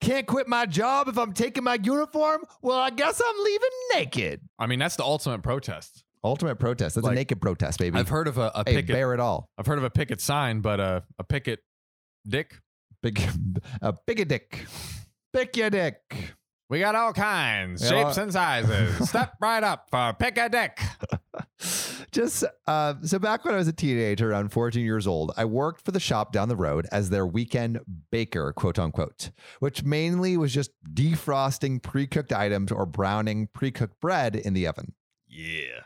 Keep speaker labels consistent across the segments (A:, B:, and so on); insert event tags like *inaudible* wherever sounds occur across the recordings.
A: can't quit my job if I'm taking my uniform. Well, I guess I'm leaving naked.
B: I mean, that's the ultimate protest.
A: Ultimate protest. That's a
B: Like,
A: naked protest, baby.
B: I've heard of a, a
A: hey,
B: picket.
A: bear it all.
B: I've heard of a picket sign, but a, a picket dick.
A: Big, *laughs* a big a dick. Pick your dick.
B: We got all kinds,
A: Yeah.
B: shapes and
A: uh, *laughs*
B: sizes. Step right up for pick a dick.
A: Just uh, so back when I was a teenager, around 14 years old, I worked for the shop down the road as their weekend baker, quote unquote, which mainly was just defrosting pre cooked items or browning pre cooked bread in the oven.
B: Yeah.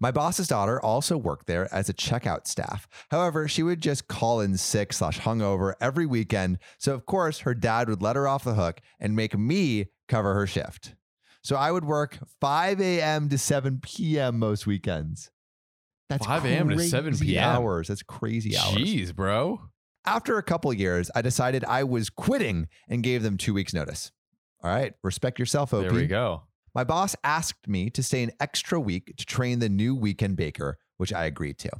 A: My boss's daughter also worked there as a checkout staff. However, she would just call in sick slash hungover every weekend. So, of course, her dad would let her off the hook and make me cover her shift. So I would work 5 a.m. to 7 p.m. most weekends. That's
B: 5 a.m. to
A: crazy
B: 7 p.m..
A: Hours. That's crazy hours.
B: Jeez, bro.
A: After a couple years, I decided I was quitting and gave them two weeks' notice. All right, respect yourself, OP.
B: There we go.
A: My boss asked me to stay an extra week to train the new weekend baker, which I agreed to.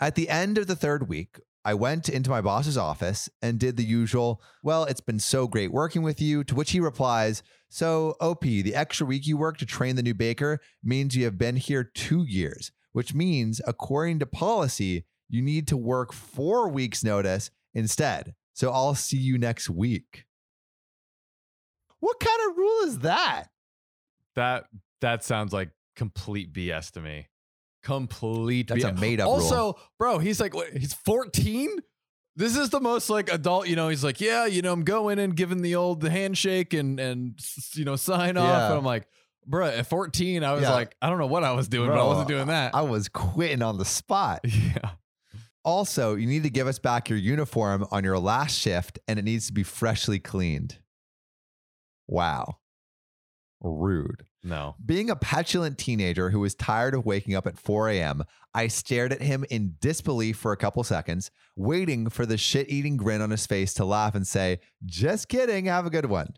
A: At the end of the third week, I went into my boss's office and did the usual, well, it's been so great working with you, to which he replies, So, OP, the extra week you work to train the new baker means you have been here two years, which means, according to policy, you need to work four weeks' notice instead. So, I'll see you next week. What kind of rule is that?
B: That that sounds like complete BS to me. Complete
A: That's
B: BS.
A: a made up
B: also,
A: rule.
B: bro, he's like, what, he's 14? This is the most like adult, you know. He's like, yeah, you know, I'm going and giving the old handshake and and s- you know sign off.
A: Yeah.
B: And I'm like, bro, at 14, I was
A: Yeah.
B: like, I don't know what I was doing, but I
A: Bro,
B: wasn't doing that.
A: I was quitting on the spot.
B: *laughs* yeah,
A: Also, you need to give us back your uniform on your last shift and it needs to be freshly cleaned. Wow. Rude.
B: no,
A: Being a petulant teenager who was tired of waking up at 4 a.m., I stared at him in disbelief for a couple seconds, waiting for the shit eating grin on his face to laugh and say, Just kidding, have a good one.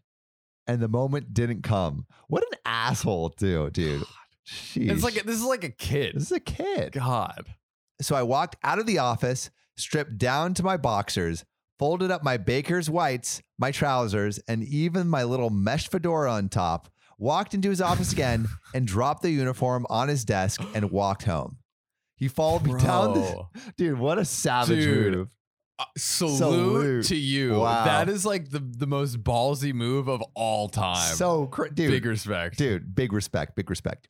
A: And the moment didn't come. What an asshole, too, dude. Sheesh.
B: it's like this is like a kid.
A: this is a kid.
B: *laughs* God,
A: So I walked out of the office, stripped down to my boxers, folded up my baker's whites, my trousers, and even my little mesh fedora on top, walked into his office
B: *laughs*
A: again, and dropped the uniform on his desk and walked home. He followed me down. The-
B: Bro.
A: *laughs* Dude, what a savage
B: Dude.
A: move.
B: Uh, salute,
A: Salute.
B: to you.
A: Wow.
B: That is like the, the most ballsy move of all time.
A: So, cr- dude,
B: big respect.
A: Dude, big respect, big respect.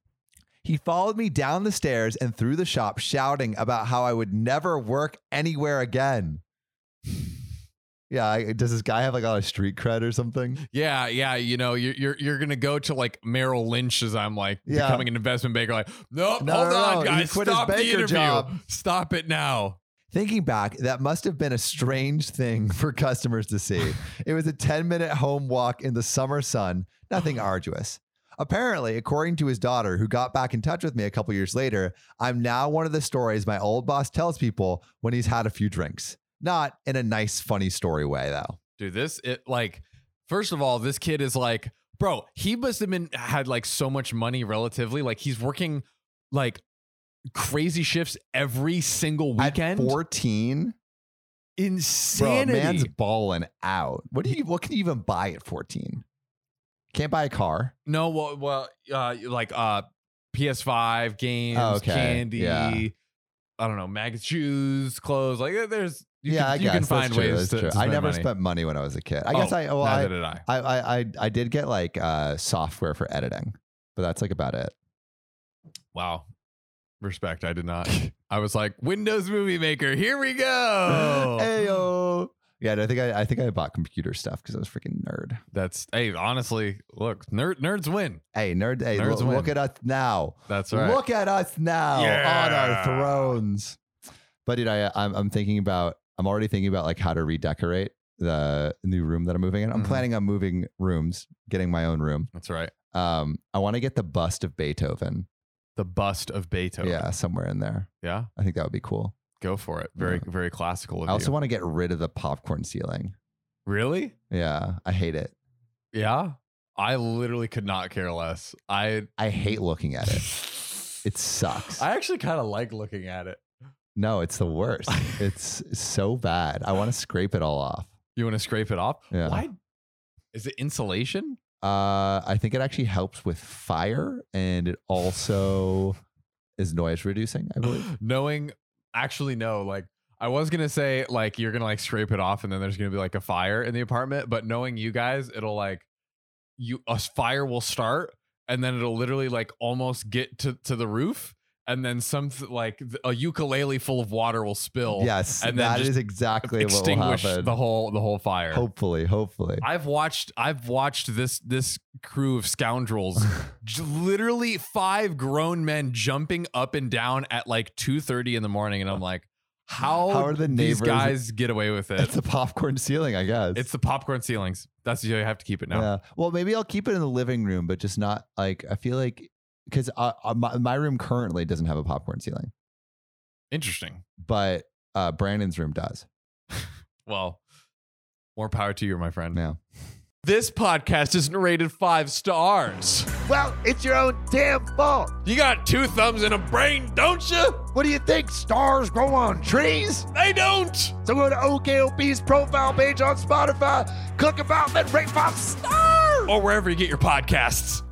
A: He followed me down the stairs and through the shop, shouting about how I would never work anywhere again. *sighs* yeah, I, does this guy have like all a street cred or something?
B: Yeah, yeah. You know, you're you're, you're gonna go to like Merrill Lynch as I'm like
A: Yeah.
B: becoming an investment banker. Like, nope,
A: No,
B: hold
A: no,
B: on,
A: no, he
B: guys,
A: quit his
B: stop the
A: banker
B: interview.
A: job.
B: Stop it now.
A: Thinking back, that must have been a strange thing *laughs* for customers to see. It was a 10 minute home walk in the summer sun,
B: *sighs*
A: nothing arduous. Apparently, according to his daughter, who got back in touch with me a couple years later, I'm now one of the stories my old boss tells people when he's had a few drinks. Not in a nice, funny story way, though.
B: Dude, this it like first of all, this kid is like, bro, he must have been had like so much money relatively. Like he's working like crazy shifts every single
A: At
B: weekend.
A: 14, bro, a
B: Insanity.
A: man's balling out. What do you? What can you even buy at 14? Can't buy a car.
B: No, well, well, uh, like uh, PS5 games,
A: Oh, okay.
B: candy.
A: Yeah.
B: I don't know, magazines, shoes, clothes. Like uh, there's, you
A: yeah,
B: can,
A: I
B: you
A: guess
B: can
A: That's
B: find
A: true,
B: ways.
A: that's
B: To,
A: true.
B: to
A: I never
B: money.
A: spent money when I was a kid. I
B: Oh,
A: guess I. Well, I,
B: Neither did I.
A: I, I I I did get like uh software for editing, but that's like about it.
B: Wow, respect. I did not.
A: *laughs*
B: I was like Windows Movie Maker. Here we go.
A: *laughs* Ayo. Yeah, and I think I I think I bought computer stuff because I was a freaking nerd.
B: That's hey. Honestly, look, nerd nerds win.
A: Hey, nerd. Hey,
B: Nerds
A: lo- look
B: win.
A: at us now.
B: That's right.
A: Look at us now on our
B: Yeah.
A: thrones. But dude, I I'm, I'm thinking about I'm already thinking about like how to redecorate the new room that I'm moving in. I'm
B: Mhm.
A: planning on moving rooms, getting my own room.
B: That's right.
A: Um, I want to get the bust of Beethoven.
B: The bust of Beethoven.
A: Yeah, somewhere in there.
B: Yeah.
A: I think that would be cool.
B: Go for it. Very,
A: Yeah.
B: very classical. Of
A: I also
B: you.
A: want to get rid of the popcorn ceiling.
B: really.
A: Yeah, I hate it.
B: Yeah. I literally could not care less. I
A: I hate looking at
B: *laughs*
A: it. It sucks.
B: I actually kind of like looking at it.
A: no, it's the worst.
B: *laughs*
A: it's so bad. I want to scrape it all off.
B: You want to scrape it off?
A: Yeah.
B: Why? Is it insulation?
A: Uh, I think it actually helps with fire and it also is noise reducing, I believe.
B: Knowing, actually, no. Like, I was gonna say, like, you're gonna like scrape it off, and then there's gonna be like a fire in the apartment. But knowing you guys, it'll like, you a fire will start, and then it'll literally like almost get to to the roof, and then some like th- a ukulele full of water will spill.
A: Yes,
B: Oh, and then
A: that
B: just
A: is exactly what will
B: extinguish
A: happen.
B: the whole the whole fire.
A: hopefully, hopefully.
B: I've watched I've watched this this crew
A: *laughs*
B: of scoundrels j- literally five grown men jumping up and down at like 2:30 in the morning and I'm like how,
A: How are the
B: did
A: neighbors-
B: these guys get away
A: *laughs*
B: with it?
A: It's a popcorn ceiling, I guess.
B: It's the popcorn ceilings. That's you have to keep it now.
A: Yeah. Well, maybe I'll keep it in the living room, but just not like I feel like because uh, uh, my, my room currently doesn't have a popcorn ceiling,
B: Interesting.
A: but uh, Brandon's room does.
B: Well, more power to you, my friend.
A: Yeah.
B: This podcast isn't rated 5 stars.
C: Well, it's your own damn fault.
B: You got two thumbs and a brain, don't you?
C: What do you think? Stars grow on trees?
B: They don't.
C: So go to OKOP's profile page on Spotify, click about, then rate five stars.
B: Or wherever you get your podcasts.